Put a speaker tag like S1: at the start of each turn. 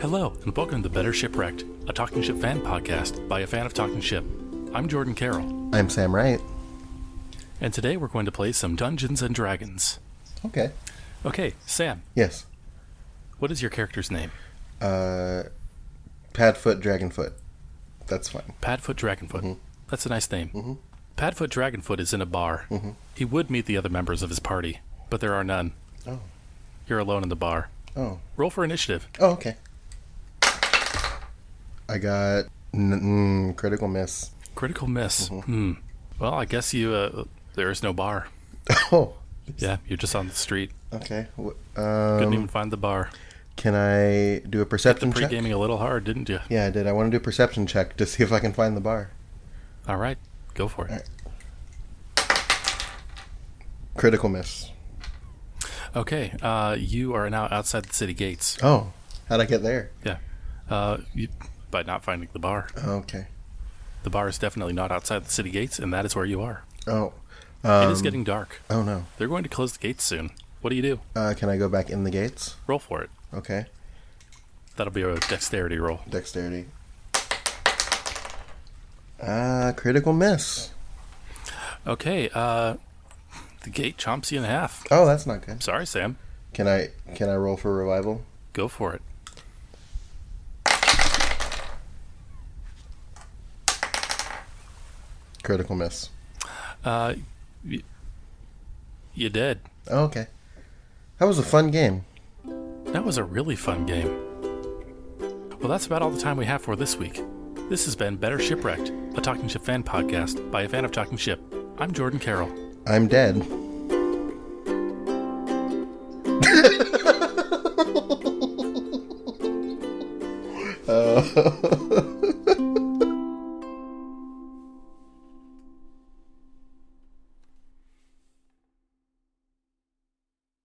S1: Hello, and welcome to Better Shipwrecked, a Talking Ship fan podcast by a fan of Talking Ship. I'm Jordan Carroll,
S2: I'm Sam Wright.
S1: and today we're going to play some Dungeons and Dragons.
S2: Okay.
S1: Okay, Sam,
S2: Yes.
S1: what is your character's name?
S2: Uh, Padfoot, Dragonfoot. That's fine.
S1: Padfoot Dragonfoot.
S2: Mm-hmm.
S1: That's a nice name. Padfoot Dragonfoot is in a bar.
S2: Mm-hmm.
S1: He would meet the other members of his party, but there are none.
S2: Oh.
S1: You're alone in the bar.
S2: Oh.
S1: Roll for initiative.
S2: Oh, okay. I got n- mm, critical miss.
S1: Critical miss.
S2: Mm-hmm.
S1: Hmm. Well, I guess you. Uh, there is no bar.
S2: Oh.
S1: Yeah, you're just on the street.
S2: Okay. Wh-
S1: Couldn't
S2: Um,
S1: even find the bar.
S2: can I do a perception
S1: Pre
S2: check?
S1: gaming a little hard, didn't you?
S2: Yeah, I did. I want to do a perception check to see if I can find the bar.
S1: All right, go for it.
S2: All right. Critical miss.
S1: Okay, uh, you are now outside the city gates.
S2: Oh. How'd I get there?
S1: Yeah, uh, you, by not finding the bar.
S2: Okay.
S1: The bar is definitely not outside the city gates, and that is where you are.
S2: Oh.
S1: it is getting dark.
S2: Oh, no.
S1: They're going to close the gates soon. What do you do?
S2: Uh, can I go back in the gates?
S1: Roll for it.
S2: Okay.
S1: That'll be a dexterity roll.
S2: Dexterity. Ah, critical miss.
S1: Okay, uh, the gate chomps you in half.
S2: Oh, that's not good.
S1: Sorry, Sam.
S2: Can I can I roll for revival?
S1: Go for it.
S2: Critical miss.
S1: Uh, you, you did.
S2: Oh, okay. That was a fun game.
S1: That was a really fun game. Well, that's about all the time we have for this week. This has been Better Shipwrecked, a Talking Ship fan podcast by a fan of Talking Ship. I'm Jordan Carroll.
S2: I'm dead.